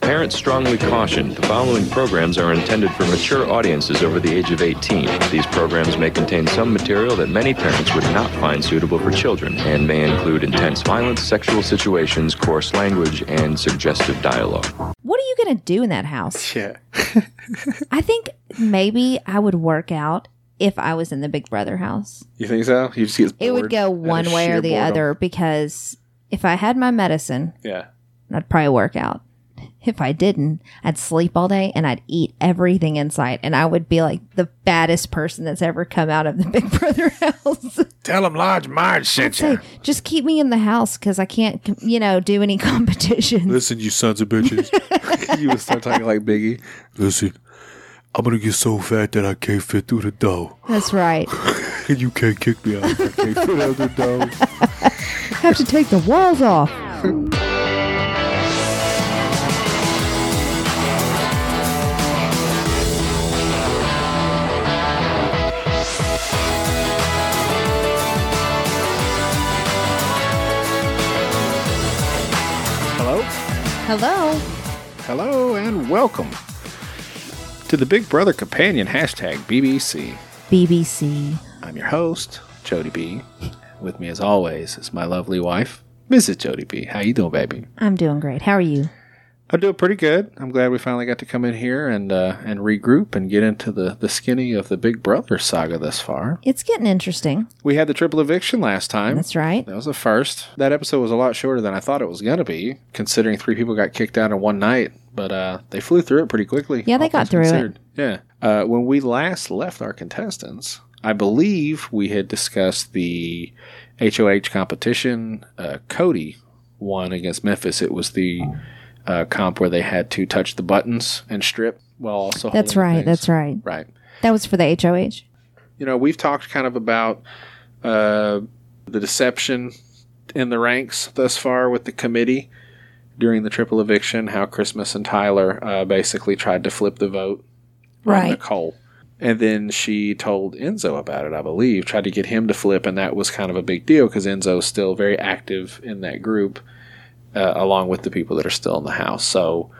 Parents strongly cautioned the following programs are intended for mature audiences over the age of 18. These programs may contain some material that many parents would not find suitable for children and may include intense violence, sexual situations, coarse language, and suggestive dialogue. What are you going to do in that house? Yeah. I think maybe I would work out if I was in the Big Brother house. You think so? You just get It would bored go out of one way or sheer the boredom. other because if I had my medicine, Yeah. I'd probably work out. If I didn't, I'd sleep all day and I'd eat everything in sight, and I would be like the baddest person that's ever come out of the Big Brother house. Tell them Lodge Marge I'd say, just keep me in the house because I can't, you know, do any competitions. Listen, you sons of bitches. you would start talking like Biggie. Listen, I'm gonna get so fat that I can't fit through the door. That's right. And you can't kick me out. I can't fit out the door. have to take the walls off. Hello? Hello. Hello and welcome to the Big Brother Companion hashtag BBC. BBC. I'm your host, Jody B. With me as always is my lovely wife, Mrs. Jody B. How you doing, baby? I'm doing great. How are you? I'm doing pretty good. I'm glad we finally got to come in here and uh, and regroup and get into the, the skinny of the Big Brother saga thus far. It's getting interesting. We had the triple eviction last time. That's right. That was a first. That episode was a lot shorter than I thought it was going to be, considering three people got kicked out in one night. But uh, they flew through it pretty quickly. Yeah, they all got things through it. Yeah. Uh, when we last left our contestants, I believe we had discussed the HOH competition. Uh, Cody won against Memphis. It was the uh, comp where they had to touch the buttons and strip while also. That's holding right. things. That's right. Right That was for the HOH. you know, we've talked kind of about uh, the deception in the ranks thus far with the committee during the triple eviction, how Christmas and Tyler uh, basically tried to flip the vote on Nicole. And then she told Enzo about it, I believe, tried to get him to flip, and that was kind of a big deal because Enzo's still very active in that group, uh, along with the people that are still in the house. So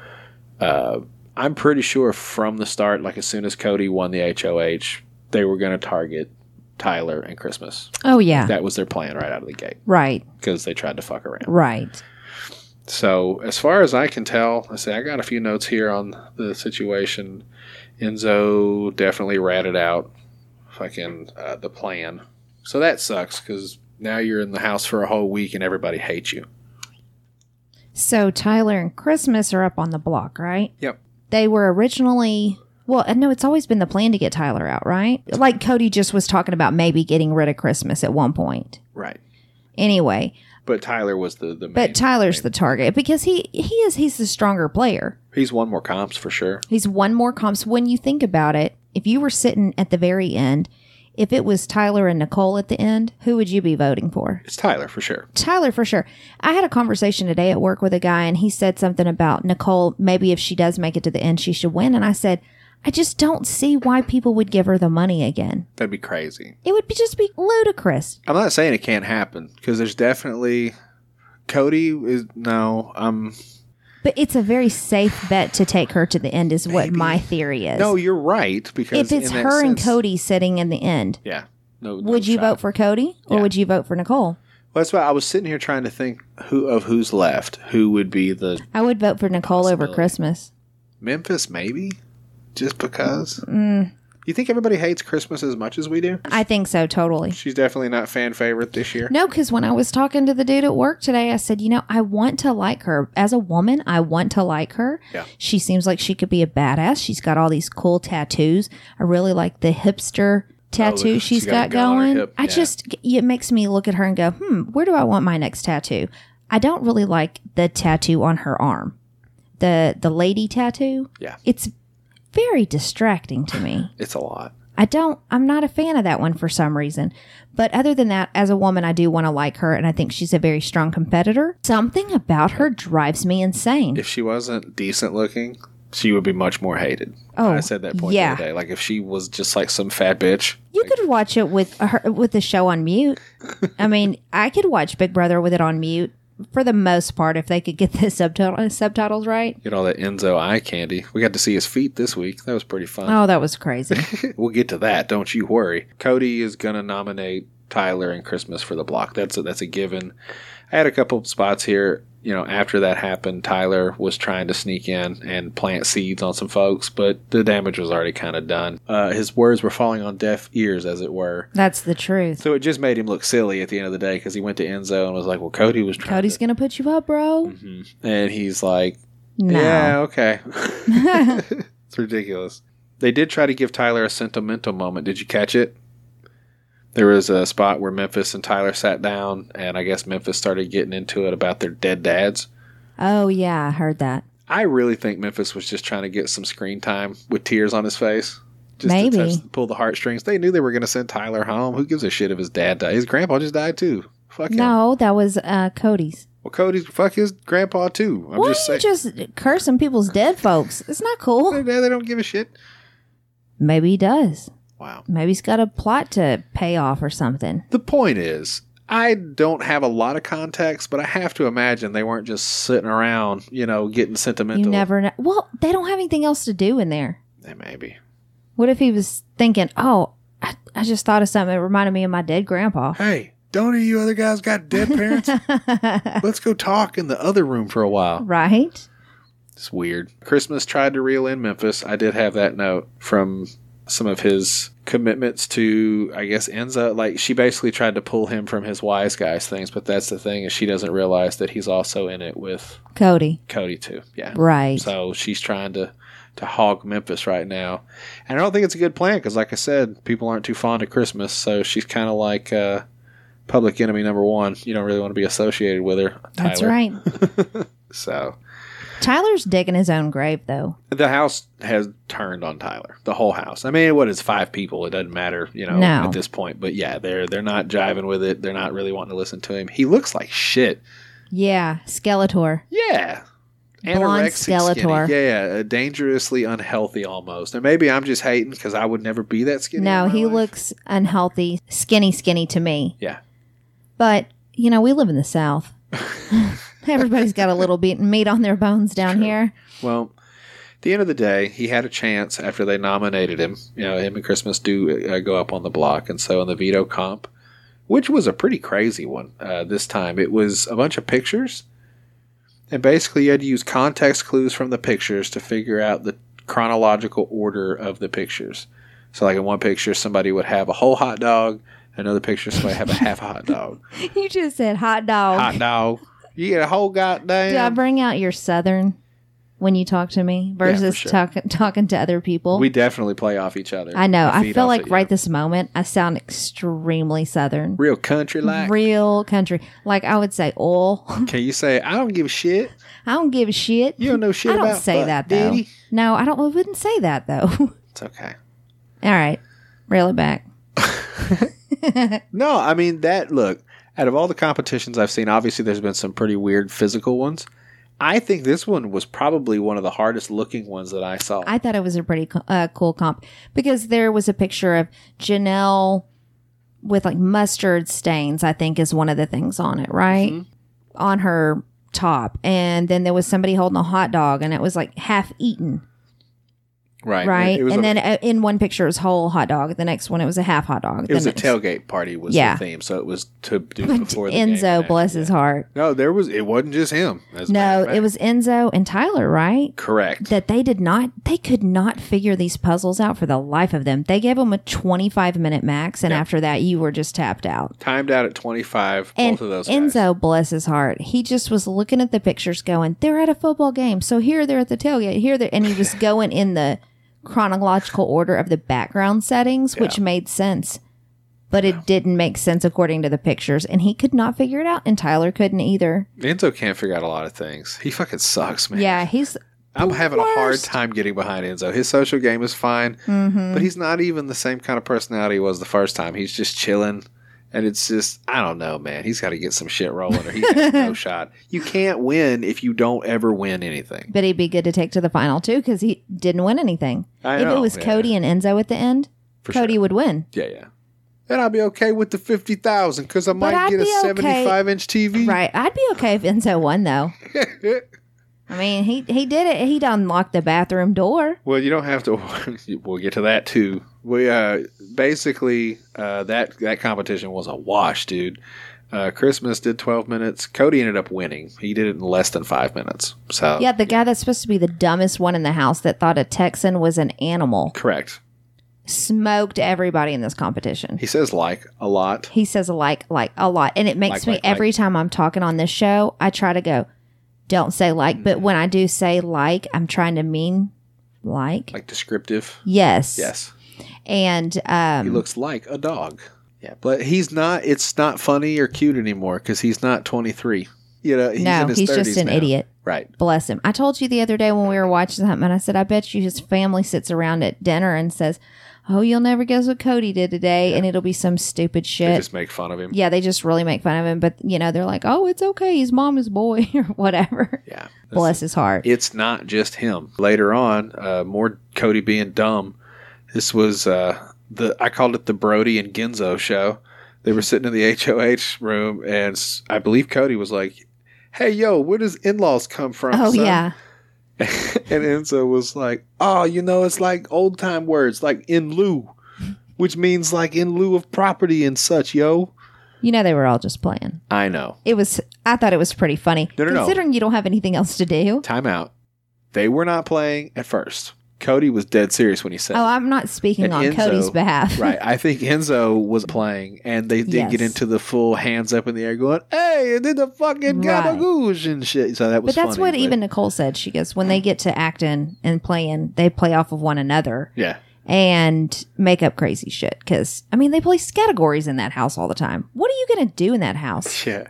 uh, I'm pretty sure from the start, like as soon as Cody won the HOH, they were going to target Tyler and Christmas. Oh, yeah. That was their plan right out of the gate right. because they tried to fuck around. Right. So as far as I can tell, I say I got a few notes here on the situation. Enzo definitely ratted out fucking uh, the plan. So that sucks because now you're in the house for a whole week and everybody hates you. So Tyler and Christmas are up on the block, right? Yep. They were originally. Well, I know it's always been the plan to get Tyler out, right? Like Cody just was talking about maybe getting rid of Christmas at one point. Right. Anyway, But Tyler was the the main. but Tyler's the target because he he is he's the stronger player. he's won more comps for sure. He's one more comps. When you think about it, if you were sitting at the very end, if it was Tyler and Nicole at the end, who would you be voting for? It's Tyler for sure. Tyler for sure. I had a conversation today at work with a guy and he said something about Nicole, maybe if she does make it to the end, she should win. And I said, I just don't see why people would give her the money again. That'd be crazy. It would be just be ludicrous. I'm not saying it can't happen because there's definitely Cody is no. Um. But it's a very safe bet to take her to the end is what my theory is. No, you're right if because it's in that her and sense- Cody sitting in the end, Yeah. No. no would you shot. vote for Cody or Yeah. would you vote for Nicole? Well, that's why I was sitting here trying to think who of who's left. Who would be the I would vote for Nicole over Possibility. Christmas. Memphis? Maybe just because. Mm. You think everybody hates Christmas as much as we do? I think so, totally. She's definitely not fan favorite this year. No, because when I was talking to the dude at work today, I said, you know, I want to like her. As a woman, I want to like her. Yeah. She seems like she could be a badass. She's got all these cool tattoos. I really like the hipster tattoo she's she's got, got a gun on Oh, her going. hip, I yeah. just, it makes me look at her and go, hmm, where do I want my next tattoo? I don't really like the tattoo on her arm, the the lady tattoo. Yeah. It's very distracting to me. It's a lot. I don't, I'm not a fan of that one for some reason. But other than that, as a woman, I do want to like her, and I think she's a very strong competitor. Something about her drives me insane. If she wasn't decent looking, she would be much more hated. Oh, I said that point yeah. the other day. Like if she was just like some fat bitch. You could watch it with her, with the show on mute. I mean, I could watch Big Brother with it on mute for the most part, if they could get the subtitle, subtitles right. Get all that Enzo eye candy. We got to see his feet this week. That was pretty fun. Oh, that was crazy. We'll get to that. Don't you worry. Cody is gonna nominate Tyler and Christmas for the block. That's a, that's a given. I had a couple spots here. You know, after that happened, Tyler was trying to sneak in and plant seeds on some folks, but the damage was already kind of done. Uh, his words were falling on deaf ears, as it were. That's the truth. So it just made him look silly at the end of the day because he went to Enzo and was like, "Well, Cody was trying." Cody's to, gonna put you up, bro. and he's like, No. Mm-hmm. yeah, okay. it's ridiculous. They did try to give Tyler a sentimental moment. Did you catch it? There was a spot where Memphis and Tyler sat down, and I guess Memphis started getting into it about their dead dads. Oh yeah, I heard that. I really think Memphis was just trying to get some screen time with tears on his face. Just Maybe. To touch, pull the heartstrings. They knew they were going to send Tyler home. Who gives a shit if his dad died? His grandpa just died too. Fuck him. No, that was uh, Cody's. Well, Cody's fuck his grandpa too. I'm Why just are saying. you just cursing people's dead folks? It's not cool. they don't give a shit. Maybe he does. Wow. Maybe he's got a plot to pay off or something. The point is, I don't have a lot of context, but I have to imagine they weren't just sitting around, you know, getting sentimental. You never know. Well, they don't have anything else to do in there. Eh, Maybe. What if he was thinking, oh, I, I just thought of something that reminded me of my dead grandpa? Hey, don't any of you other guys got dead parents? Let's go talk in the other room for a while. Right? It's weird. Christmas tried to reel in Memphis. I did have that note from some of his commitments to, I guess, Enza. Like, she basically tried to pull him from his wise guys things, but that's the thing is she doesn't realize that he's also in it with Cody. Cody, too. Yeah. Right. So she's trying to to hog Memphis right now, and I don't think it's a good plan because, like I said, people aren't too fond of Christmas. So she's kind of like uh, public enemy number one. You don't really want to be associated with her. Tyler. That's right. So Tyler's digging his own grave, though. the house has turned on Tyler. The whole house. I mean, what is five people? It doesn't matter, you know, No. at this point. But yeah, they're they're not jiving with it. They're not really wanting to listen to him. He looks like shit. Yeah, Skeletor. Yeah. Blonde Anorexic skinny. Skeletor. Yeah, yeah, uh, dangerously unhealthy almost. And maybe I'm just hating because I would never be that skinny. No, in my he life. looks unhealthy, skinny, skinny to me. Yeah. But, you know, we live in the South. Everybody's got a little bit meat on their bones down here. Well, at the end of the day, he had a chance after they nominated him. You know, him and Christmas do uh, go up on the block, and so in the veto comp, which was a pretty crazy one uh, this time, it was a bunch of pictures, and basically you had to use context clues from the pictures to figure out the chronological order of the pictures. So, like in one picture, somebody would have a whole hot dog. Another picture, somebody have a half a hot dog. You just said hot dog. Hot dog. You get a whole goddamn. Do I bring out your Southern when you talk to me versus sure. talk, talking to other people? we definitely play off each other. I know. I Feed feel off like it, right yeah. this moment, I sound extremely Southern. real country like. Real country. Like I would say, oh, Can you say I don't give a shit? I don't give a shit. You don't know shit I don't about say fuck, that though. diddy. No, I don't. I wouldn't say that though. All It's okay. right, reel it back. No, I mean that. Look, out of all the competitions I've seen, obviously there's been some pretty weird physical ones. I think this one was probably one of the hardest looking ones that I saw. I thought it was a pretty co- uh, cool comp because there was a picture of Janelle with like mustard stains, I think is one of the things on it, right? Mm-hmm. On her top. And then there was somebody holding a hot dog and it was like half eaten, right, right? It was, and a, then uh, in one picture it was whole hot dog, the next one it was a half hot dog. it was the a next- tailgate party was Yeah. the theme, so it was to do before the game and Enzo, that. bless his heart. No, there was. It wasn't just him. as a matter No, of fact. it was Enzo and Tyler, right? correct. that they did not they could not figure these puzzles out for the life of them they gave them a 25 minute max and after that you were just tapped out Timed out at twenty five. and Both of those. guys. enzo bless his heart he just was looking at the pictures going they're at a football game so here they're at the tailgate here they're and he was going in the chronological order of the background settings which made sense but it didn't make sense according to the pictures and he could not figure it out and tyler couldn't either Enzo can't figure out a lot of things. He fucking sucks, man. yeah he's I'm having a hard worst. Mm. time getting behind Enzo. His social game is fine, mm-hmm. but he's not even the same kind of personality he was the first time. He's just chilling, and it's just I don't know, man. He's got to get some shit rolling, or he has no shot. You can't win if you don't ever win anything. But he'd be good to take to the final too because he didn't win anything. I if know, it was yeah. Cody and Enzo at the end, For Cody sure. would win. Yeah, yeah. and I'll be okay with the fifty thousand because I might I'd get a be okay- seventy-five inch TV. Right. I'd be okay if Enzo won though. I mean, he he did it. He'd unlock the bathroom door. Well, you don't have to. we'll get to that too. We uh, basically uh, that that competition was a wash, dude. Uh, Christmas did twelve minutes. Cody ended up winning. He did it in less than five minutes. So Yeah, the guy that's supposed to be the dumbest one in the house that thought a Texan was an animal correct. smoked everybody in this competition. He says like a lot. He says like like a lot, and it makes Like, me like, like. every time I'm talking on this show, I try to go, don't say like, but when I do say like, I'm trying to mean like. like descriptive. yes. Yes, And um, he looks like a dog. Yeah, but he's not. It's not funny or cute anymore because he's not twenty three. You know, he's no, in his he's 30s just an now. idiot. Right. Bless him. I told you the other day when we were watching something, and I said, I bet you his family sits around at dinner and says, Oh, you'll never guess what Cody did today, and it'll be some stupid They shit. just make fun of him. yeah, they just really make fun of him, but you know, they're like, Oh, it's okay. He's mama's boy or whatever. Yeah. Bless his heart. it's not just him. Later on, uh, more Cody being dumb. This was uh, the I called it the Brody and Genzo show. They were sitting in the HOH room, and s- I believe Cody was like, "Hey, yo, where does in-laws come from?" oh, son?" yeah. and Enzo was like, "Oh, you know, it's like old-time words, like in lieu, which means like in lieu of property and such." Yo, You know, they were all just playing. I know. It was, I thought it was pretty funny. No, no, no. Considering you don't have anything else to do. Time out. They were not playing at first. Cody was dead serious when he said, Oh, I'm not speaking And on Enzo- Cody's behalf. Right. I think Enzo was playing, and they did Yes. get into the full hands up in the air, going, "Hey, it did the fucking Right. gabagoosh and shit." So that was. But that's funny, what even Nicole said. She goes, when they get to acting and playing, they play off of one another Yeah. and make up crazy shit. Because I mean, they place categories in that house all the time. What are you gonna do in that house? Yeah.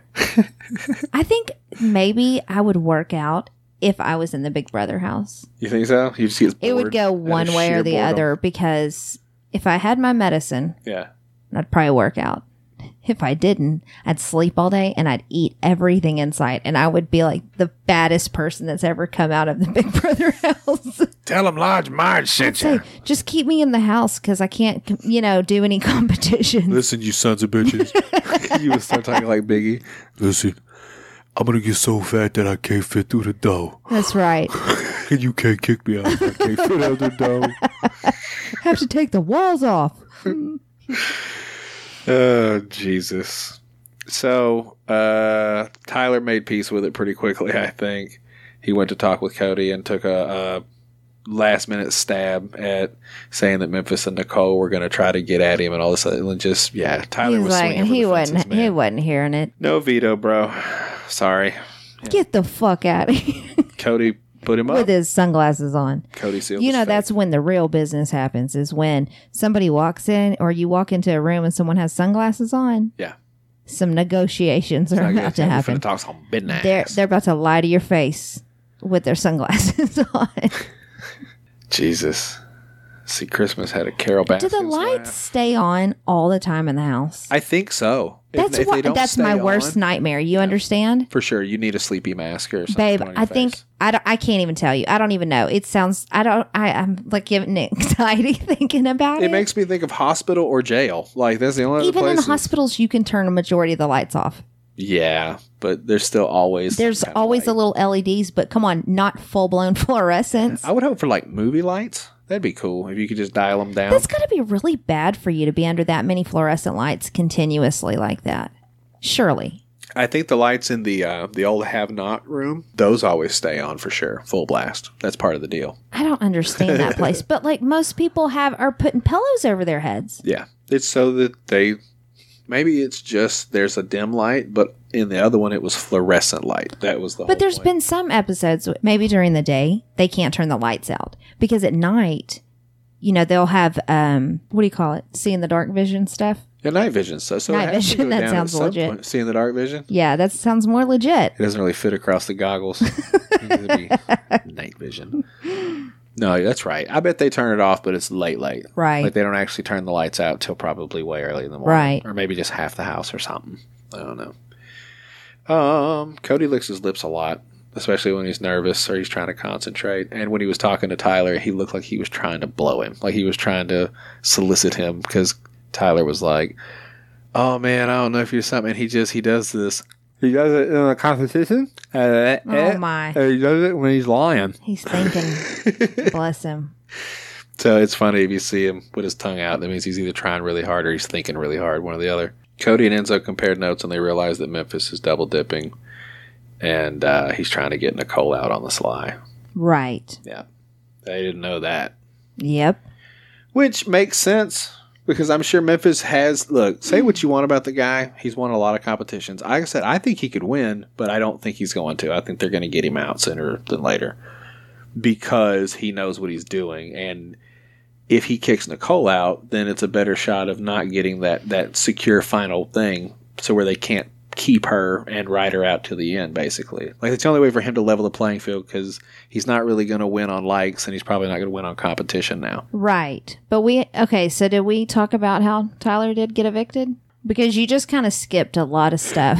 I think maybe I would work out if I was in the Big Brother house. You think so? He just gets. It would bored go out of one way or sheer the boredom. other because if I had my medicine, Yeah. I'd probably work out. If I didn't, I'd sleep all day and I'd eat everything in sight, and I would be like the baddest person that's ever come out of the Big Brother house. Tell him Large Marge I'd sent say, you. just keep me in the house because I can't, com- you know, do any competitions. Listen, you sons of bitches. you would start talking like Biggie. Listen, I'm gonna get so fat that I can't fit through the door. That's right. And you can't kick me out. I can't fit out the door. Have to take the walls off. Oh Jesus! So uh, Tyler made peace with it pretty quickly. I think he went to talk with Cody and took a, a last minute stab at saying that Memphis and Nicole were going to try to get at him and all this. And just yeah, Tyler He's was like, swinging for he the wasn't, fences, man. he wasn't hearing it. No veto, bro. Sorry, Get the fuck out of here Cody put him with up. his sunglasses on. Cody sealed. You his know, fate. that's when the real business happens is when somebody walks in or you walk into a room and someone has sunglasses on. Yeah. Some negotiations are Not gonna about to happen. happen. Finna talk some business. They're, they're about to lie to your face with their sunglasses on. Jesus. See, Christmas had a Carol Do Baskins. the laugh. lights stay on all the time in the house? I think so. If- that's if they what, don't that's stay my worst on- nightmare. You understand? for sure. You need a sleepy mask or something. Babe, on your I think face. I, don't, I can't even tell you. I don't even know. It sounds I don't I I'm like giving anxiety thinking about it. it makes me think of hospital or jail. Like that's the only even other in places. hospitals you can turn a majority of the lights off. Yeah, but there's still always There's kinda always the light. little LEDs, but come on, not full blown fluorescence. I would hope for like movie lights. That'd be cool if you could just dial them down. That's got to be really bad for you to be under that many fluorescent lights continuously like that. Surely. I think the lights in the uh, the old have not room those always stay on for sure, full blast. That's part of the deal. I don't understand that place, but like most people have are putting pillows over their heads. Yeah, it's so that they maybe it's just there's a dim light, but in the other one it was fluorescent light. That was the. But whole there's point. been some episodes, maybe during the day, they can't turn the lights out because at night, you know, they'll have, um, what do you call it? See in the dark vision stuff. yeah, night vision stuff. So it Night has to vision, go that down at sounds some legit. point. Seeing the dark vision. Yeah, that sounds more legit. It doesn't really fit across the goggles. It needs to be night vision. No, that's right. I bet they turn it off, but it's late, late. Right. Like they don't actually turn the lights out till probably way early in the morning. Right. Or maybe just half the house or something. I don't know. Um, Cody licks his lips a lot, especially when he's nervous or he's trying to concentrate. And when he was talking to Tyler, he looked like he was trying to blow him, like he was trying to solicit him because Tyler was like, "Oh man, I don't know if you're something." And he just he does this. He does it in a competition. Uh, Oh, my. he does it when he's lying. He's thinking. Bless him. So it's funny if you see him with his tongue out. That means he's either trying really hard or he's thinking really hard, one or the other. Cody and Enzo compared notes and they realized that Memphis is double dipping and uh, he's trying to get Nicole out on the sly. Right. Yeah. They didn't know that. Yep. Which makes sense because I'm sure Memphis has. Look, say what you want about the guy. He's won a lot of competitions. Like I said, I think he could win, but I don't think he's going to. I think they're going to get him out sooner than later because he knows what he's doing. And if he kicks Nicole out, then it's a better shot of not getting that, that secure final thing so where they can't keep her and ride her out to the end, basically. Like, it's the only way for him to level the playing field because he's not really going to win on likes and he's probably not going to win on competition now. Right. But we okay, so did we talk about how Tyler did get evicted? Because you just kind of skipped a lot of stuff.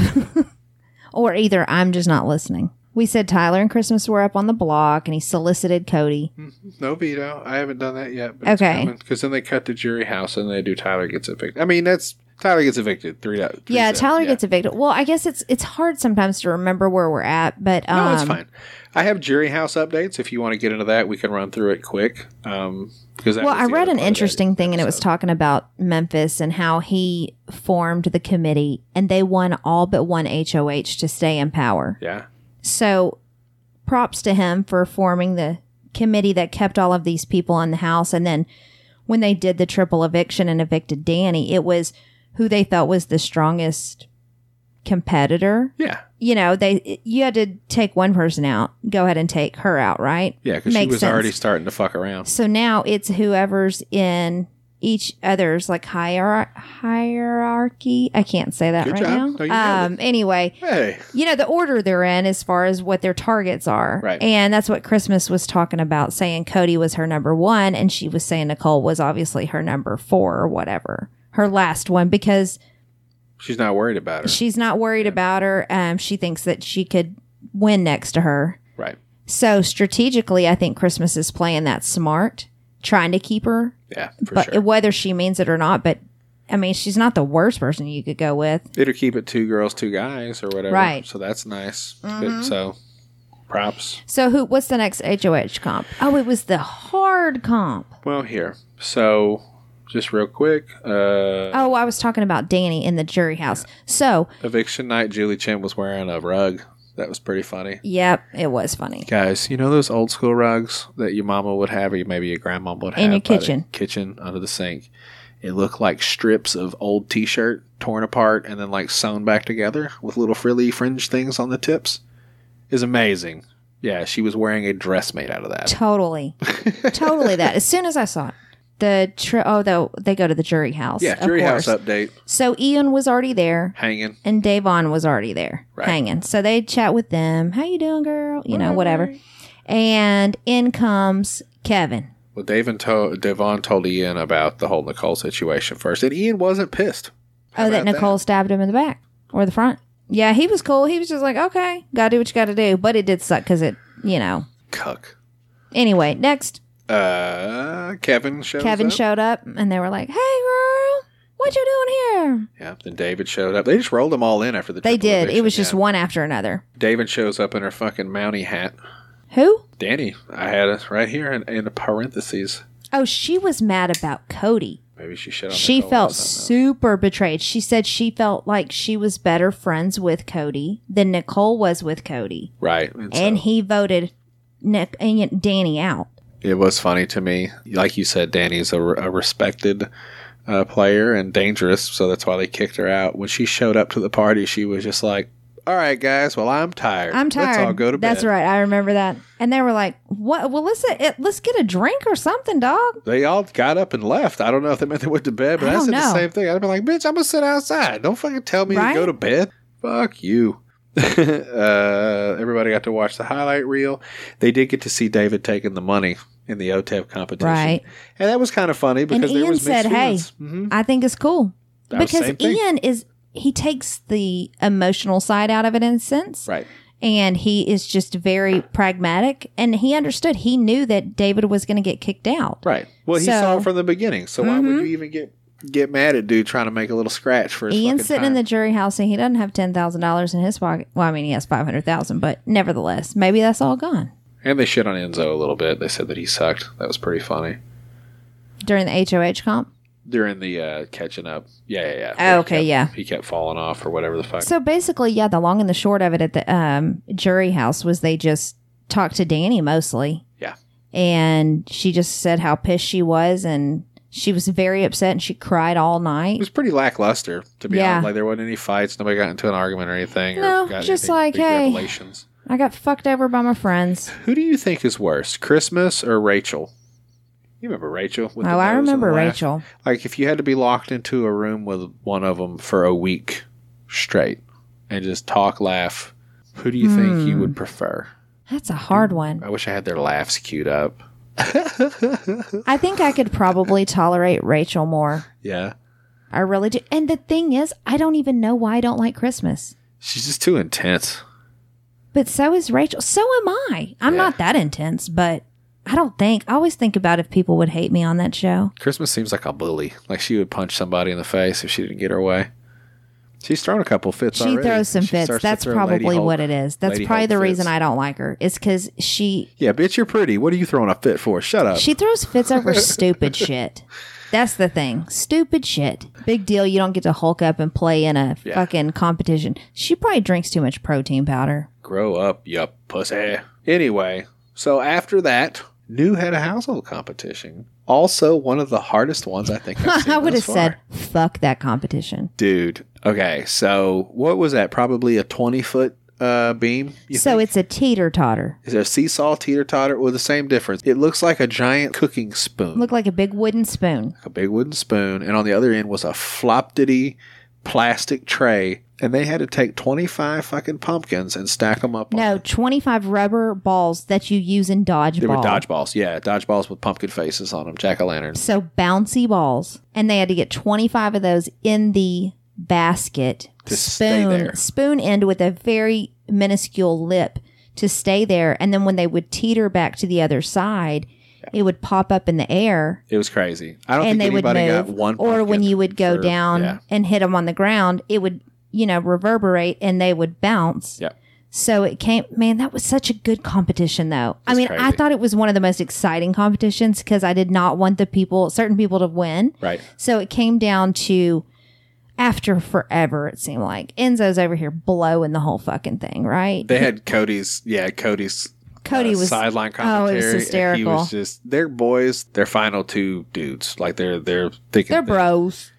or either I'm just not listening. We said Tyler and Christmas were up on the block and he solicited Cody. Mm-hmm. No veto. I haven't done that yet. But Okay. Because then they cut to jury house and they do Tyler gets evicted. I mean, that's Tyler gets evicted. Three. out- three yeah, zip. Tyler gets evicted. Well, I guess it's it's hard sometimes to remember where we're at, but um No, it's fine. I have jury house updates. If you want to get into that, we can run through it quick. Um, because that Well, was I the read other an part of that interesting thing, and it was episode. talking about Memphis and how he formed the committee, and they won all but one HOH to stay in power. Yeah. So, props to him for forming the committee that kept all of these people in the house. And then when they did the triple eviction and evicted Danny, it was who they felt was the strongest competitor. Yeah. You know, they you had to take one person out, go ahead and take her out, right? Yeah. Because she Makes was sense. already starting to fuck around. So now it's whoever's in each other's like hierar- hierarchy. I can't say that Good right job. now. No, you nailed um, anyway, Hey. you know the order they're in as far as what their targets are Right. and that's what christmas was talking about saying cody was her number one and she was saying nicole was obviously her number four or whatever her last one because She's not worried about her. she's not worried about her um, she thinks that she could win next to her right. so strategically i think christmas is playing that smart trying to keep her Yeah. For but sure. It, whether she means it or not but i mean she's not the worst person you could go with It'll keep it two girls, two guys, or whatever. Right. Mm-hmm. So that's nice. Good. So, props. so who what's the next hoh comp oh it was the hard comp Well, here. So, just real quick, uh, Oh, I was talking about Danny in the jury house. So, eviction night, Julie Chen was wearing a rug. That was pretty funny. yep, it was funny. Guys, you know those old school rugs that your mama would have, or you- maybe your grandma would have In your by the kitchen. kitchen under the sink. It looked like strips of old T-shirt torn apart and then like sewn back together with little frilly fringe things on the tips. Is amazing. Yeah, she was wearing a dress made out of that. Totally, totally that. As soon as I saw it, the tri- oh, though they go to the jury house. Yeah, of jury house course. update So Ian was already there, hanging. and Davon was already there, Right. hanging. So they chat with them. How you doing, girl? You know, whatever. And in comes Kevin. Well, Dave and to- Devon told Ian about the whole Nicole situation first, and Ian wasn't pissed. How oh, that about Nicole stabbed him in the back or the front. Yeah, he was cool. He was just like, okay, gotta do what you gotta do. But it did suck because it, you know. Cuck. Anyway, next. Uh, Kevin shows Kevin up. showed up and they were like, "Hey, girl, what you doing here?" yeah, then David showed up. They just rolled them all in after the They triple did. It eviction, was just yeah. one after another. David shows up in her fucking Mountie hat. Who? Danny, I had it right here in, in parentheses. Oh, she was mad about Cody. Maybe she shit on She Nicole or felt something. super betrayed. She said she felt like she was better friends with Cody than Nicole was with Cody, Right. And so- and he voted Nick and Danny out. it was funny to me. Like you said, Danny's a, a respected uh, player and dangerous, so that's why they kicked her out. When she showed up to the party, she was just like, "All right, guys, well, I'm tired. I'm tired. Let's all go to bed." That's right. I remember that. And they were like, "What? Well, let's it, let's get a drink or something, dog." They all got up and left. I don't know if they meant they went to bed, but I I, don't said know. the same thing. I'd be like, "Bitch, I'm gonna sit outside. Don't fucking tell me Right? to go to bed. Fuck you." uh, everybody got to watch the highlight reel. They did get to see David taking the money in the OTEP competition, Right. And that was kind of funny because there Ian was mixed said, "Hey." feelings. Mhm. I think it's cool. That was because Oh, same thing. Ian is he takes the emotional side out of it in a sense, Right. and he is just very pragmatic. And he understood. He knew that David was going to get kicked out. Right. Well, he So- mm-hmm. saw it from the beginning. So why would you even get get mad at dude trying to make a little scratch for his Ian's fucking sitting in time. the jury house and he doesn't have ten thousand dollars in his pocket. Well, I mean he has five hundred thousand, but nevertheless, maybe that's all gone and they shit on Enzo a little bit. They said that he sucked. That was pretty funny during the HOH comp. during the uh, catching up. Yeah, yeah, yeah. Oh, Where he okay, kept- yeah. He kept falling off or whatever the fuck. So basically, yeah, the long and the short of it at the um, jury house was they just talked to Danny mostly. Yeah. And she just said how pissed she was and she was very upset and she cried all it night. was pretty lackluster, to be Yeah. honest. Like there wasn't any fights. Nobody got into an argument or anything. No, or got just anything like, big hey. revelations. I got fucked over by my friends. Who do you think is worse, Christmas or Rachel? You remember Rachel? with the oh, I nose and the remember laugh? Rachel. Like if you had to be locked into a room with one of them for a week straight and just talk, laugh, who do you think Hmm. you would prefer? That's a hard one. I wish I had their laughs queued up. I think I could probably tolerate Rachel more. Yeah. I really do. And the thing is, I don't even know why I don't like Christmas. She's just too intense. But so is Rachel. So am I. I'm Yeah. not that intense, but I don't think. I always think about if people would hate me on that show. Christmas seems like a bully. Like she would punch somebody in the face if she didn't get her way. She's thrown a couple fits She already. throws some She fits. starts to That's throw Lady probably Hulk- what it is. That's Lady probably Hulk the fits. reason I don't like her. It's because she Yeah, bitch, you're pretty. What are you throwing a fit for? Shut up. she throws fits over stupid shit. That's the thing. Stupid shit. Big deal. You don't get to hulk up and play in a Yeah. fucking competition. She probably drinks too much protein powder. Grow up, you pussy. Anyway, so after that, new head of household competition. Also, one of the hardest ones I think I've seen I would thus have far. said, fuck that competition. dude. Okay, so what was that? Probably a twenty foot uh, beam. you So think? it's a teeter totter. is there a seesaw, teeter totter? Well, the same difference. It looks like a giant cooking spoon, Look like a big wooden spoon. a big wooden spoon, and on the other end was a floptity plastic tray. And they had to take twenty five fucking pumpkins and stack them up. on No, 25 rubber balls that you use in dodgeball. They were dodgeballs. Yeah, dodgeballs with pumpkin faces on them, jack o' lanterns. So bouncy balls. And they had to get 25 of those in the basket. To stay there. Spoon end with a very minuscule lip to stay there. And then when they would teeter back to the other side, it would pop up in the air. It was crazy. I don't and think they would anybody move, got one. or when pumpkin you would go for- down Yeah. and hit them on the ground, it would you know reverberate and they would bounce. Yep. So it came, man. That was such a good competition, though. I was mean, I crazy. thought it was one of the most exciting competitions because I did not want the people, certain people, to win. Right. So it came down to after forever. It seemed like Enzo's over here blowing the whole fucking thing, right? They had Cody's. Yeah, Cody's. Cody uh, was sideline oh, it commentary. was and He hysterical. was just they're boys. They're final two dudes. Like they're they're thinking they're bros.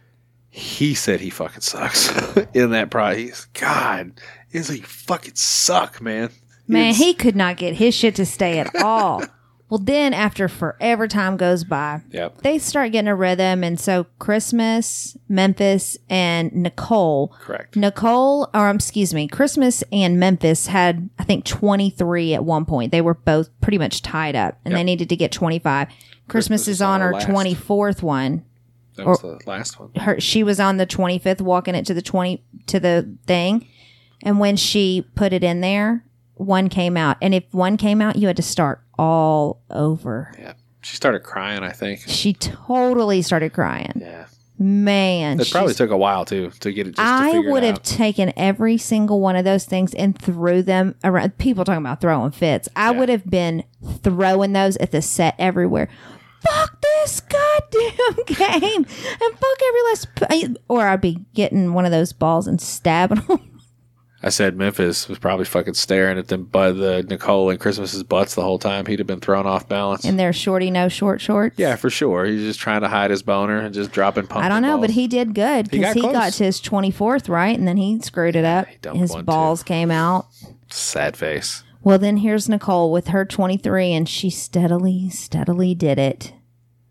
He said he fucking sucks in that pro. He's God. He's like you fucking suck, man. Man, It's- he could not get his shit to stay at all. well, then after forever time goes by, Yep. they start getting a rhythm. And so Christmas, Memphis, and Nicole. Correct. Nicole, or um, excuse me, Christmas and Memphis had, I think, 23 at one point. They were both pretty much tied up and they needed to get 25. Christmas, is on our her last. 24th one. That was the last one. Her, she was on the 25th walking it to the 20 to the thing. And when she put it in there, one came out. And if one came out, you had to start all over. Yeah. She started crying. I think. She totally started crying. Yeah. Man, It probably she's- took a while too to get it. Just to I figure it would out. have taken every single one of those things and threw them around. People talking about throwing fits. I would have been throwing those at the set everywhere. Fuck this goddamn game and fuck every last. p- Or I'd be getting one of those balls and stabbing them. I said Memphis was probably fucking staring at them by the Nicole and Christmas's butts the whole time. He'd have been thrown off balance. And they're shorty, no short shorts. yeah, for sure. He's just trying to hide his boner and just dropping pumpkin. I don't know, but balls. he did good He because got he, got close. to his 24th, right? And then he screwed it up. dumped His one, too. balls came out. sad face. Well, then here's Nicole with her 23, and she steadily, steadily did it.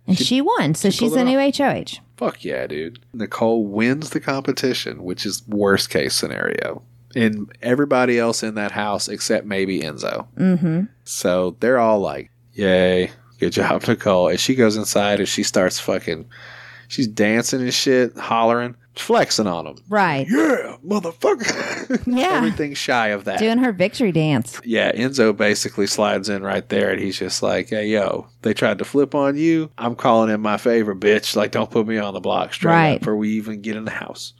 And she, won. So she's pulled the it new HOH. Fuck yeah, dude. Nicole wins the competition, which is worst case scenario. And everybody else in that house except maybe Enzo. Mm-hmm. So they're all like, "Yay, good job, Nicole!" And she goes inside and she starts fucking. She's dancing and shit, hollering, flexing on them. Right. yeah, motherfucker. Yeah. Everything shy of that. Doing her victory dance. yeah, Enzo basically slides in right there and he's just like, hey, yo, they tried to flip on you. I'm calling in my favor, bitch. Like, don't put me on the block straight Right. up before we even get in the house.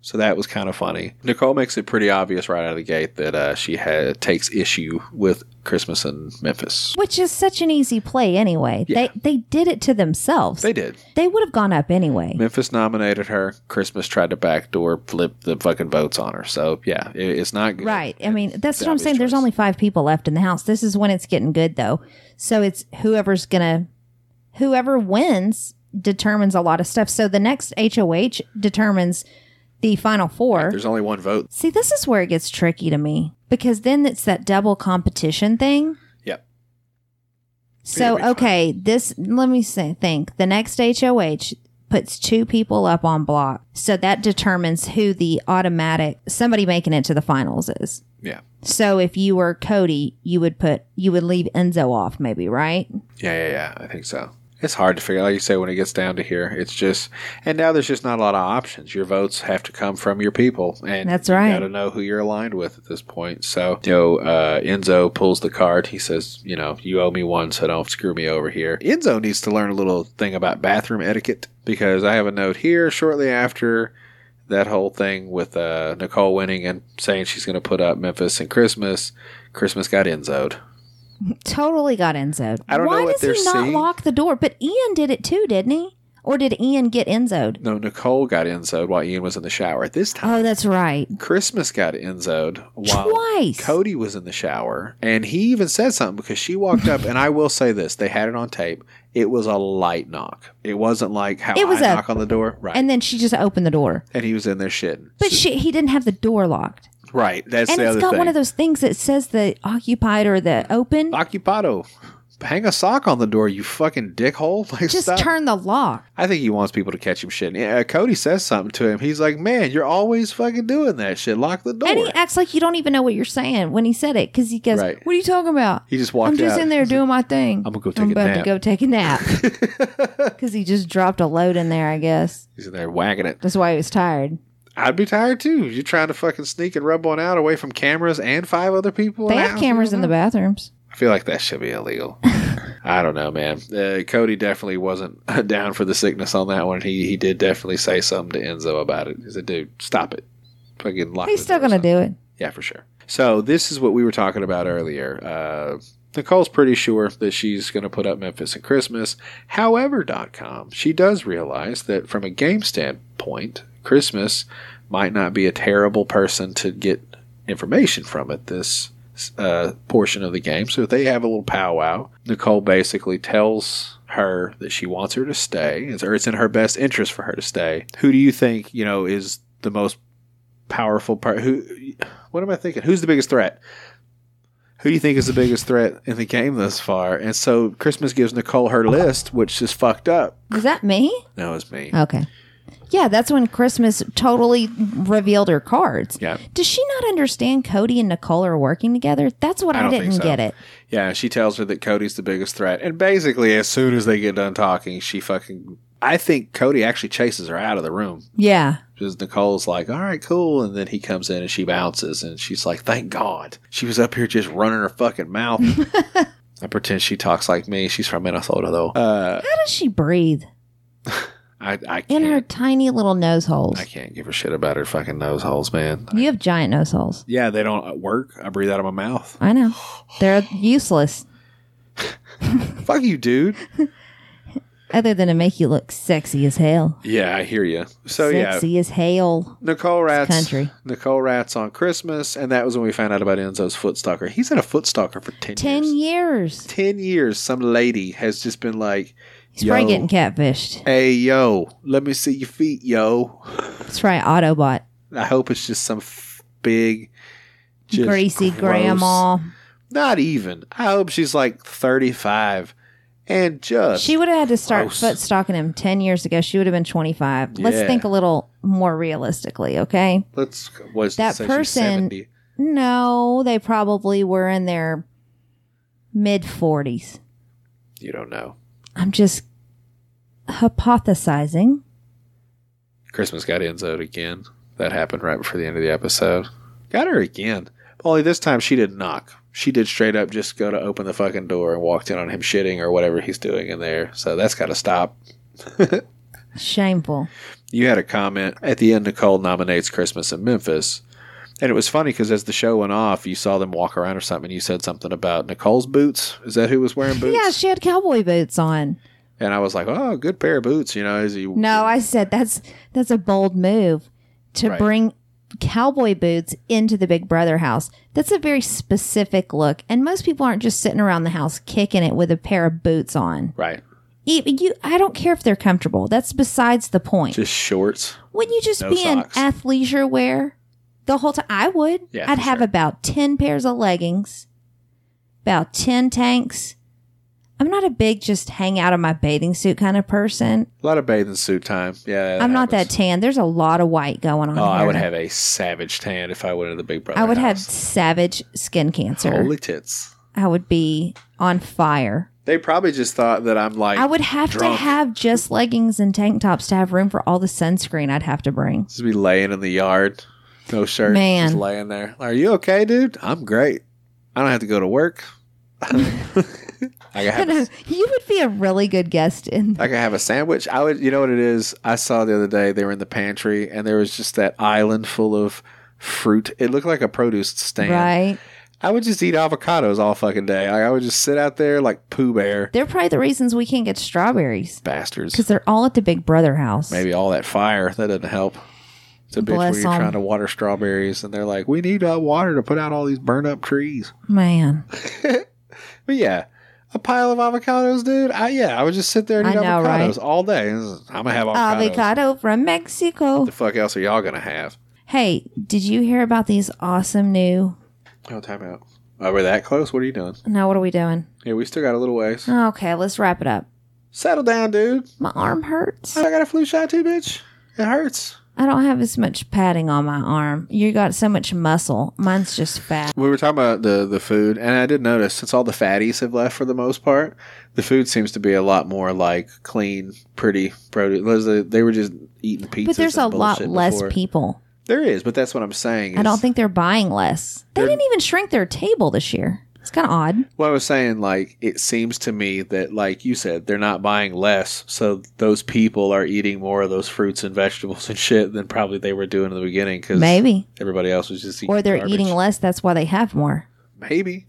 So that was kind of funny. Nicole makes it pretty obvious right out of the gate that uh, she ha- takes issue with Christmas in Memphis. Which is such an easy play anyway. Yeah. They they did it to themselves. They did. They would have gone up anyway. Memphis nominated her. Christmas tried to backdoor flip the fucking votes on her. So, yeah, it, it's not good. Right. I mean, that's the what I'm obvious saying. There's choice. only five people left in the house. This is when it's getting good though. So it's whoever's gonna whoever wins determines a lot of stuff. So the next HOH determines the final four. There's only one vote. See, this is where it gets tricky to me because then it's that double competition thing. Yep. So It'll be okay, this let me say, think. The next HOH puts two people up on block, so that determines who the automatic somebody making it to the finals is. Yeah. So if you were Cody, you would put you would leave Enzo off, maybe right? Yeah, yeah, yeah. I think so. It's hard to figure. Like you say, when it gets down to here, it's just and now there's just not a lot of options. Your votes have to come from your people, and That's You right. got to know who you're aligned with at this point. So, you know, uh, Enzo pulls the card. He says, "You know, you owe me one, so don't screw me over here." Enzo needs to learn a little thing about bathroom etiquette because I have a note here shortly after that whole thing with uh, Nicole winning and saying she's going to put up Memphis and Christmas. Christmas got Enzo'd. Totally got Enzo'd. I don't know Why what does he they're not seeing. lock the door? But Ian did it too, didn't he? Or did Ian get Enzo'd? No, Nicole got Enzo'd while Ian was in the shower. This time, Oh, that's right. Christmas got Enzo'd while Twice. Cody was in the shower. And he even said something because she walked up, and I will say this they had it on tape. It was a light knock. It wasn't like how It was I a- knock on the door. Right. And And, then she just opened the door. he was in there shitting. But she, he didn't have the door locked. right. That's And the it's other got thing. one of those things that says the occupied or the open. Occupado. Hang a sock on the door, you fucking dickhole. Like, Just stop. turn the lock. I think he wants people to catch him shitting. Yeah, uh, Cody says something to him. He's like, man, you're always fucking doing that shit. Lock the door. And he acts like you don't even know what you're saying when he said it because he goes, Right. What are you talking about? He just walked I'm just out. in there doing my thing. "I'm gonna go I'm take a about to nap." go take a nap. Because he just dropped a load in there, I guess. He's in there wagging it. That's why he was tired. I'd be tired too. You're trying to fucking sneak and rub one out away from cameras and five other people. They in the have house, cameras you in know? the bathrooms. I feel like that should be illegal. I don't know, man. Uh, Cody definitely wasn't down for the sickness on that one. He he did definitely say something to Enzo about it. He said, "Dude, stop it. Fucking lock." He's the still doors going to up." do it. Yeah, for sure. So this is what we were talking about earlier. Uh, Nicole's pretty sure that she's going to put up Memphis and Christmas. However, dot com she does realize that from a game standpoint, Christmas might not be a terrible person to get information from at this uh, portion of the game. So they have a little powwow. Nicole basically tells her that she wants her to stay, it's- or it's in her best interest for her to stay. Who do you think you know is the most powerful part? Who? What am I thinking? Who's the biggest threat? Who do you think is the biggest threat in the game thus far? And so Christmas gives Nicole her list, which is fucked up. Is that me? No, it's me. Okay. Yeah, that's when Christmas totally revealed her cards. Yeah. Does she not understand Cody and Nicole are working together? That's what I I, don't think didn't so. get it. Yeah, she tells her that Cody's the biggest threat. And basically, as soon as they get done talking, she fucking. I think Cody actually chases her out of the room Yeah. because Nicole's like, all right, cool. And then he comes in and she bounces and she's like, thank God. She was up here just running her fucking mouth. I pretend she talks like me. She's from Minnesota, though. Uh, How does she breathe? I, I In can't. her tiny little nose holes. I can't give a shit about her fucking nose holes, man. You have giant nose holes. Yeah, they don't work. I breathe out of my mouth. I know. They're useless Fuck you, dude. other than to make you look sexy as hell. Yeah, I hear you. So yeah, sexy as hell. Nicole rats country. Nicole rats on Christmas, and that was when we found out about Enzo's foot stalker. He's been a foot stalker for ten, 10 years. years. Ten years. Some lady has just been like, He's probably Yo. getting catfished. "Hey, yo, let me see your feet, yo." Let's try Autobot. I hope it's just some f- big, just Greasy gross- grandma. Not even. I hope she's like thirty-five, and just She would have had to start Gross. foot stalking him 10 years ago. She would have been 25. Let's Yeah. think a little more realistically, okay? let's was That person- No, they probably were in their mid 40s. You don't know. I'm just hypothesizing. Christmas got Enzo'd again. That happened right before the end of the episode. Got her again. Only this time she didn't knock. She did straight up just go to open the fucking door and walked in on him shitting or whatever he's doing in there. So that's got to stop. Shameful. you had a comment at the end nicole nominates christmas in memphis and it was funny because as the show went off you saw them walk around or something and you said something about nicole's boots is that who was wearing boots Yeah, she had cowboy boots on. and i was like oh good pair of boots you know is he No, I said that's that's a bold move to Right. bring cowboy boots into the Big Brother house. That's a very specific look, and most people aren't just sitting around the house kicking it with a pair of boots on. right E- You, I don't care if they're comfortable. That's besides the point. just shorts Wouldn't you just No be socks. in athleisure wear the whole time? I would. Yeah, I'd for have sure. about 10 pairs of leggings, about 10 tanks. I'm not a big just hang out of my bathing suit kind of person. a lot of bathing suit time yeah I'm not that happens. tan. There's a lot of white going on. oh i here. would have a savage tan if i went to the big brother I would have house. savage skin cancer. holy tits I would be on fire. they probably just thought that i'm like I would have to drunk. have just leggings and tank tops to have room for all the sunscreen I'd have to bring. just be laying in the yard, no shirt, Man. just laying there. Are you okay, dude? I'm great. I don't have to go to work. I can have, a, you would be a really good guest in I can have a sandwich. I would. You know what it is? I saw the other day they were in the pantry and there was just that island full of fruit. It looked like a produce stand. right. I would just eat avocados all fucking day. Like, I would just sit out there like Pooh Bear They're probably the reasons we can't get strawberries bastards. because they're all at the Big Brother house. Maybe all that fire that doesn't help. It's a bitch Bless where you're 'em. trying to water strawberries and they're like, we need uh, water to put out all these burned up trees. Man, But yeah, a pile of avocados, dude. I yeah, I would just sit there and I eat know, avocados right? all day. I'm gonna have avocados. avocado from Mexico. The fuck else are y'all gonna have? Hey, did you hear about these awesome new? Oh, time out. Are we that close? What are you doing? Now what are we doing? Yeah, we still got a little ways. Okay, let's wrap it up. Settle down, dude. My arm hurts. I got a flu shot too, bitch. It hurts. I don't have as much padding on my arm. You got so much muscle. Mine's just fat. We were talking about the the food, and I did notice since all the fatties have left for the most part, the food seems to be a lot more like clean, pretty produce. They were just eating pizza. But there's a lot less people. There is, but that's what I'm saying. I is- don't think they're buying less. They didn't even shrink their table this year. It's kind of odd. Well, I was saying, like, it seems to me that, like you said, they're not buying less, so those people are eating more of those fruits and vegetables and shit than probably they were doing in the beginning because Maybe. everybody else was just eating. Or they're garbage. eating less. That's why they have more. Maybe.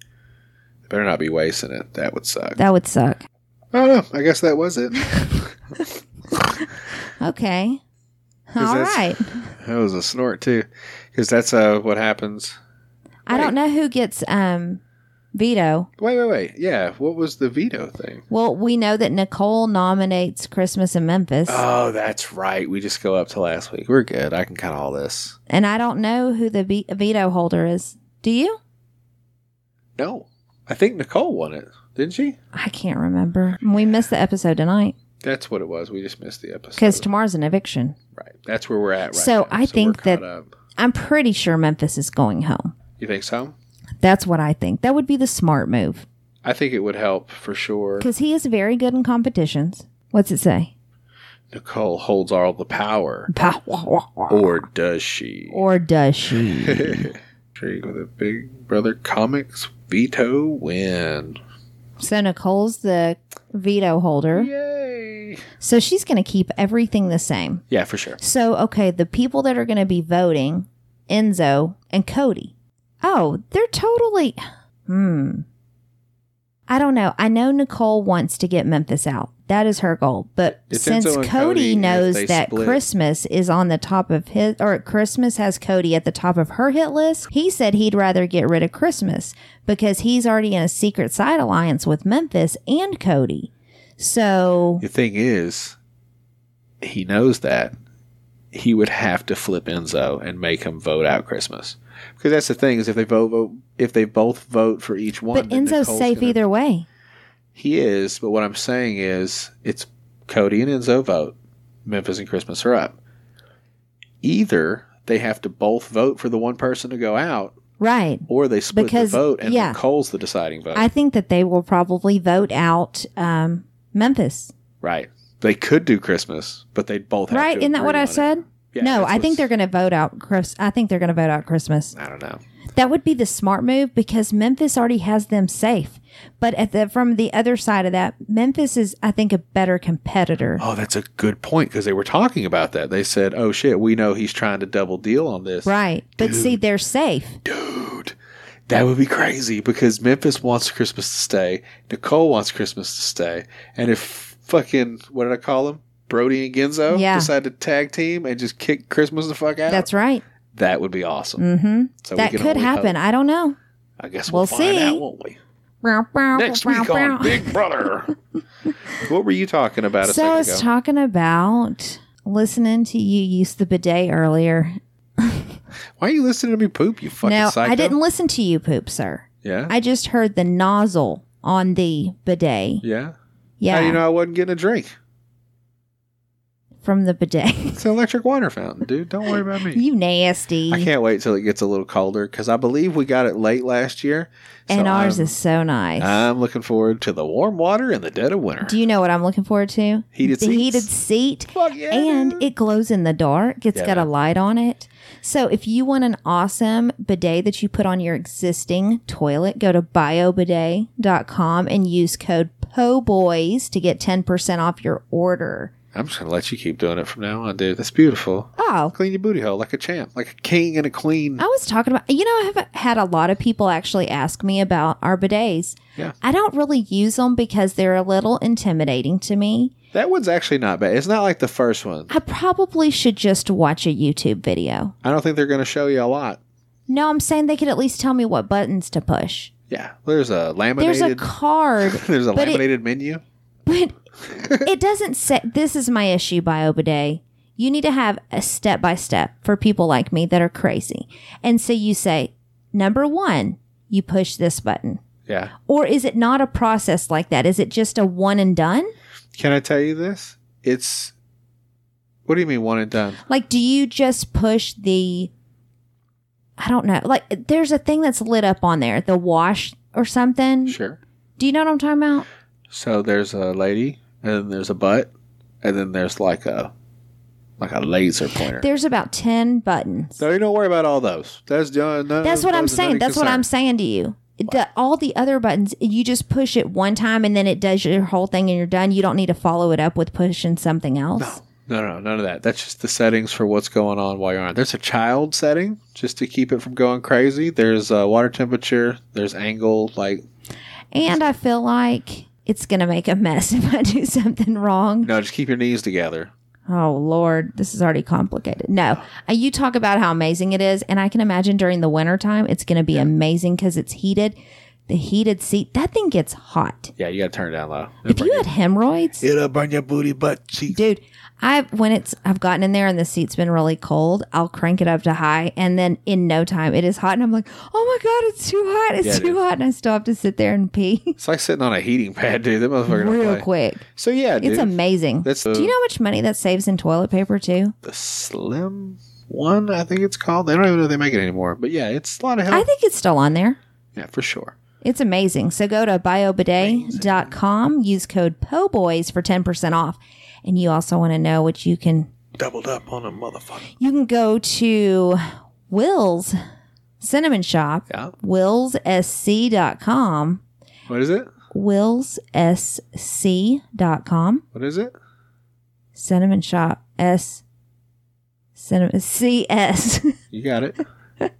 They better not be wasting it. That would suck. That would suck. I don't know. I guess that was it. Okay. All that's- right. that was a snort, too, because that's uh, what happens. I don't know who gets um veto. Wait, wait, wait. Yeah, what was the veto thing? Well, we know that Nicole nominates Christmas in Memphis, Oh, that's right. We just go up to last week. We're good. I can count all this. and I don't know who the ve- veto holder is. Do you? No. I think Nicole won it, didn't she? I can't remember. We missed the episode tonight That's what it was. We just missed the episode. because tomorrow's an eviction. right, that's where we're at. Right. So now. I think we're caught that- up. I'm pretty sure Memphis is going home. you think so. That's what I think. That would be the smart move I think it would help for sure. because he is very good in competitions. What's it say? Nicole holds all the power, Pow, wah, wah, wah. or does she? Or does she? Intrigue with a Big Brother comics veto win. so Nicole's the veto holder. Yay! So she's going to keep everything the same. Yeah, for sure. So, okay, the people that are going to be voting Enzo and Cody. Oh, they're totally. Hmm. I don't know. I know Nicole wants to get Memphis out. That is her goal. But It's since Enzo Cody, and Cody, if they knows that split. Christmas is on the top of his, or Christmas has Cody at the top of her hit list, he said he'd rather get rid of Christmas because he's already in a secret side alliance with Memphis and Cody. So, The thing is, he knows that he would have to flip Enzo and make him vote out Christmas. Because that's the thing is if they vote, vote if they both vote for each one, but then Enzo's Nicole's safe gonna- either way. He is, but what I'm saying is it's Cody and Enzo vote. Memphis and Christmas are up. Either they have to both vote for the one person to go out, Right. or they split Because- the vote and yeah. Nicole's the deciding vote. I think that they will probably vote out um, Memphis. right. They could do Christmas, but they'd both have right? to Isn't that agree what I on it. said? Yeah, no, this I think was- they're going to vote out Chris. I think they're going to vote out Christmas. I don't know. That would be the smart move because Memphis already has them safe. But at the from the other side of that, Memphis is I think a better competitor. Oh, that's a good point because they were talking about that. They said, "Oh shit, we know he's trying to double deal on this." Right. But see, they're safe. Dude, that would be crazy because Memphis wants Christmas to stay. Nicole wants Christmas to stay. And if fucking, what did I call them? Brody and Genzo Yeah. decide to tag team and just kick Christmas the fuck out. That's right. that would be awesome. hmm So we that can could only happen. hope. I don't know. I guess we'll, We'll find see. out, won't we? Bow, bow, Next bow, week bow. on Big Brother. what were you talking about a So I second was ago? talking about listening to you use the bidet earlier. Why are you listening to me poop? You fucking no, psycho. I didn't listen to you poop, sir. Yeah. I just heard the nozzle on the bidet. yeah. How Yeah, do you know I wasn't getting a drink? from the bidet. It's an electric water fountain, dude. Don't worry about me. you nasty. I can't wait till it gets a little colder because I believe we got it late last year. So and ours I'm- is so nice. I'm looking forward to the warm water in the dead of winter. Do you know what I'm looking forward to? Heated the seats. heated seat. Fuck yeah, And dude. it glows in the dark. It's Yeah, got a man. light on it. So if you want an awesome bidet that you put on your existing toilet, go to biobidet.com and use code POBOYS to get 10% off your order. I'm just gonna let you keep doing it from now on, dude. That's beautiful. Oh, Clean your booty hole like a champ, like a king and a queen. I was talking about, you know, I have had a lot of people actually ask me about our bidets. Yeah. I don't really use them because they're a little intimidating to me. That one's actually not bad. It's not like the first one. I probably should just watch a YouTube video. I don't think they're gonna show you a lot. No, I'm saying they could at least tell me what buttons to push. Yeah, there's a There's a laminated. card, There's a but it- laminated menu. but it doesn't say. This is my issue, BioBidet. You need to have a step by step for people like me that are crazy. And so you say, number one, you push this button. Yeah. Or is it not a process like that? Is it just a one and done? Can I tell you this? It's. What do you mean one and done? Like, do you just push the. I don't know. Like, there's a thing that's lit up on there, the wash or something. Sure. Do you know what I'm talking about? So there's a lady, and then there's a butt, and then there's like a like a laser pointer. There's about 10 buttons. so you don't worry about all those. That's uh, none That's what I'm of those are none saying. of That's what concern. I'm saying to you. The, all the other buttons, you just push it one time and then it does your whole thing and you're done. You don't need to follow it up with pushing something else. No, no, none of that. That's just the settings for what's going on while you're on. There's a child setting just to keep it from going crazy. There's uh, water temperature. There's angle. Like And I feel like it's going to make a mess if I do something wrong. no, just keep your knees together. Oh Lord, this is already complicated. No, Uh, you talk about how amazing it is, and I can imagine during the wintertime it's going to be amazing because it's heated. The heated seat, that thing gets hot. Yeah, you got to turn it down low. If you had hemorrhoids, It'll burn your booty butt cheeks. dude, I when it's I've gotten in there and the seat's been really cold, I'll crank it up to high, and then in no time it is hot, and I'm like, oh my god, it's too hot, it's Yeah, it too hot, and I still have to sit there and pee It's like sitting on a heating pad, dude. That motherfucker. don't real play. quick. So yeah, dude, It's amazing. That's Do you know how much money that saves in toilet paper too? the slim one. I think it's called. They don't even know if they make it anymore. But yeah, it's a lot of help. I think it's still on there. yeah, for sure. It's amazing. So go to biobidet.com, use code POBOYS for 10% off. And you also want to know what you can Doubled up on a motherfucker. you can go to Will's Cinnamon Shop, Yeah. willssc.com, What is it? willssc.com, What is it? Cinnamon Shop S Cinnamon CS. You got it.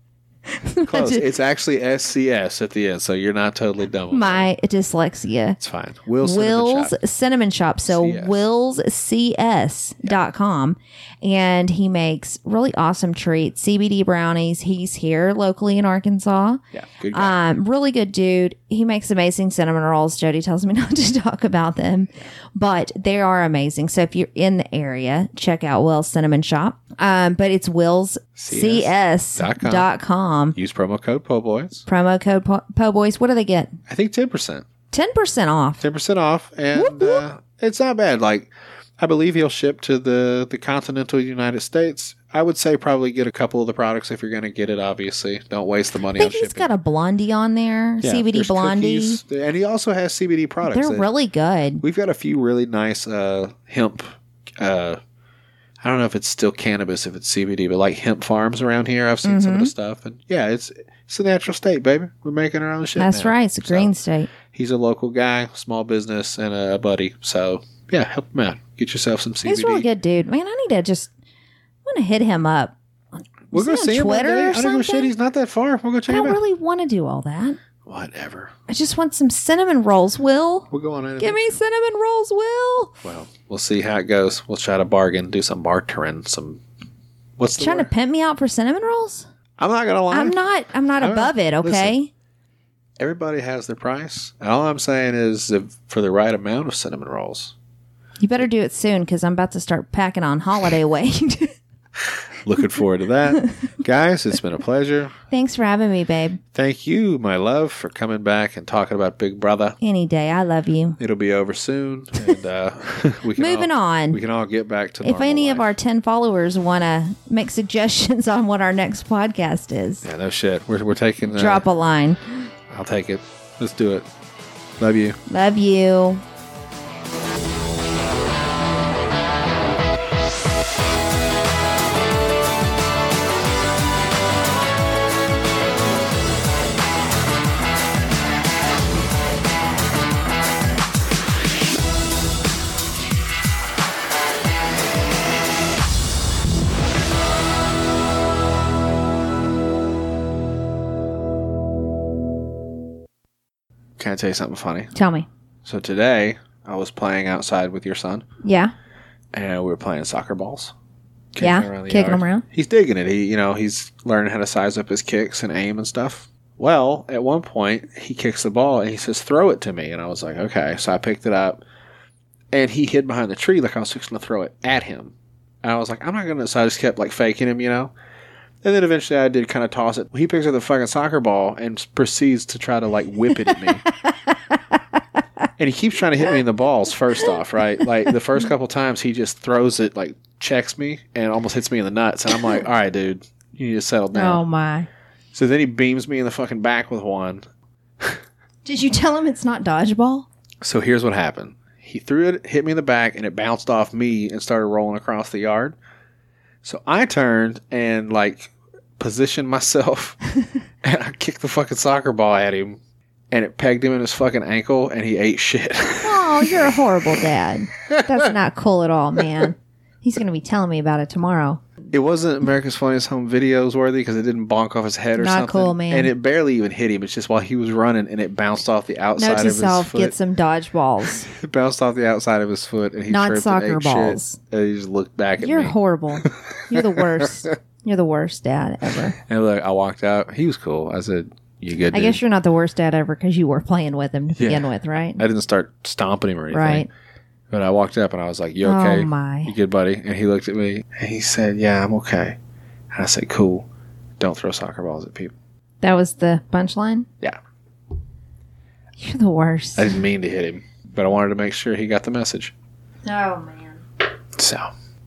Close. It's actually SCS at the end, so you're not totally dumb. on that. My dyslexia. it's fine. Will Will's Will's Cinnamon Shop. So CS. willscs.com. And he makes really awesome treats, CBD brownies. He's here locally in Arkansas. yeah, good guy. Um, really good dude. He makes amazing cinnamon rolls. Jody tells me not to talk about them, but they are amazing. So if you're in the area, check out Will's Cinnamon Shop. Um, but it's willscs.com. Use promo code PoBoys. Promo code po- po boys. What do they get? I think ten percent, 10% off. ten percent off, and uh, it's not bad. Like I believe he'll ship to the the continental United States. I would say probably get a couple of the products if you're going to get it. Obviously, don't waste the money I think on he's shipping. got a blondie on there, Yeah, CBD there's blondie. cookies, and he also has CBD products. They're that- really good. We've got a few really nice uh, hemp. Uh, I don't know if it's still cannabis, if it's CBD, but like hemp farms around here, I've seen Mm-hmm. some of the stuff, and yeah, it's it's a natural state, baby. We're making our own shit. That's now. right. It's a So, green state. He's a local guy, small business, and a buddy. So yeah, help him out. Get yourself some CBD. He's a really good dude. Man, I need to just want to hit him up. We'll Is go he on see him one Twitter day. or I don't give a shit. something? He's not that far. We'll go I check him don't out. really want to do all that. Whatever. I just want some cinnamon rolls, Will. We'll go on in. Give me cinnamon rolls, Will. Well, we'll see how it goes. We'll try to bargain, do some bartering, some. What's the Trying to word? pimp me out for cinnamon rolls? I'm not gonna lie. I'm not. I'm not I'm above it. not- Okay. Everybody has their price. And all I'm saying is, if for the right amount of cinnamon rolls, You better do it soon because I'm about to start packing on holiday weight. looking forward to that, guys. It's been a pleasure. Thanks for having me, babe. Thank you, my love, for coming back and talking about Big Brother. Any day. I love you. It'll be over soon, and uh, we can Moving all- on. We can all get back to If normal any of life. our 10 followers want to make suggestions on what our next podcast is, yeah, no shit, we're we're taking uh, drop a line. I'll take it. Let's do it. Love you. Love you. Can I tell you something funny? Tell me. So today I was playing outside with your son, Yeah. and we were playing soccer balls. Yeah, them the kicking yard. them around. He's digging it. He, you know, he's learning how to size up his kicks and aim and stuff. Well, at one point he kicks the ball and he says, "Throw it to me," and I was like, "Okay." So I picked it up, and he hid behind the tree like I was fixing to throw it at him. And I was like, "I'm not gonna." So I just kept like faking him, you know. And then eventually I did kind of toss it. He picks up the fucking soccer ball and proceeds to try to like whip it at me. and he keeps trying to hit me in the balls first off, right? Like the first couple times he just throws it, like checks me and almost hits me in the nuts. And I'm like, all right, dude, you need to settle down. Oh my. So then he beams me in the fucking back with one. Did you tell him it's not dodgeball? So here's what happened. He threw it, hit me in the back, and it bounced off me and started rolling across the yard. So I turned and like positioned myself and I kicked the fucking soccer ball at him and it pegged him in his fucking ankle and he ate shit. Oh, you're a horrible dad. That's not cool at all, man. He's going to be telling me about it tomorrow. It wasn't America's Funniest Home Videos worthy because it didn't bonk off his head or Not something. cool, man. And it barely even hit him. It's just while he was running, and it bounced off the outside Note of to his self foot. get some dodgeballs. It bounced off the outside of his foot, and he Not tripped soccer and ate balls. Shit. And he just looked back at You're me. horrible. You're the worst. You're the worst dad ever. and look, I walked out. He was cool. I said, "You good?" I dude?" guess you're not the worst dad ever because you were playing with him to begin with, right? I didn't start stomping him or anything. Right. But I walked up and I was like, "You Oh, okay? my. You good, buddy?" And he looked at me and he said, "Yeah, I'm okay." And I said, "Cool. Don't throw soccer balls at people." That was the punchline. Yeah. You're the worst. I didn't mean to hit him, but I wanted to make sure he got the message. Oh man. So.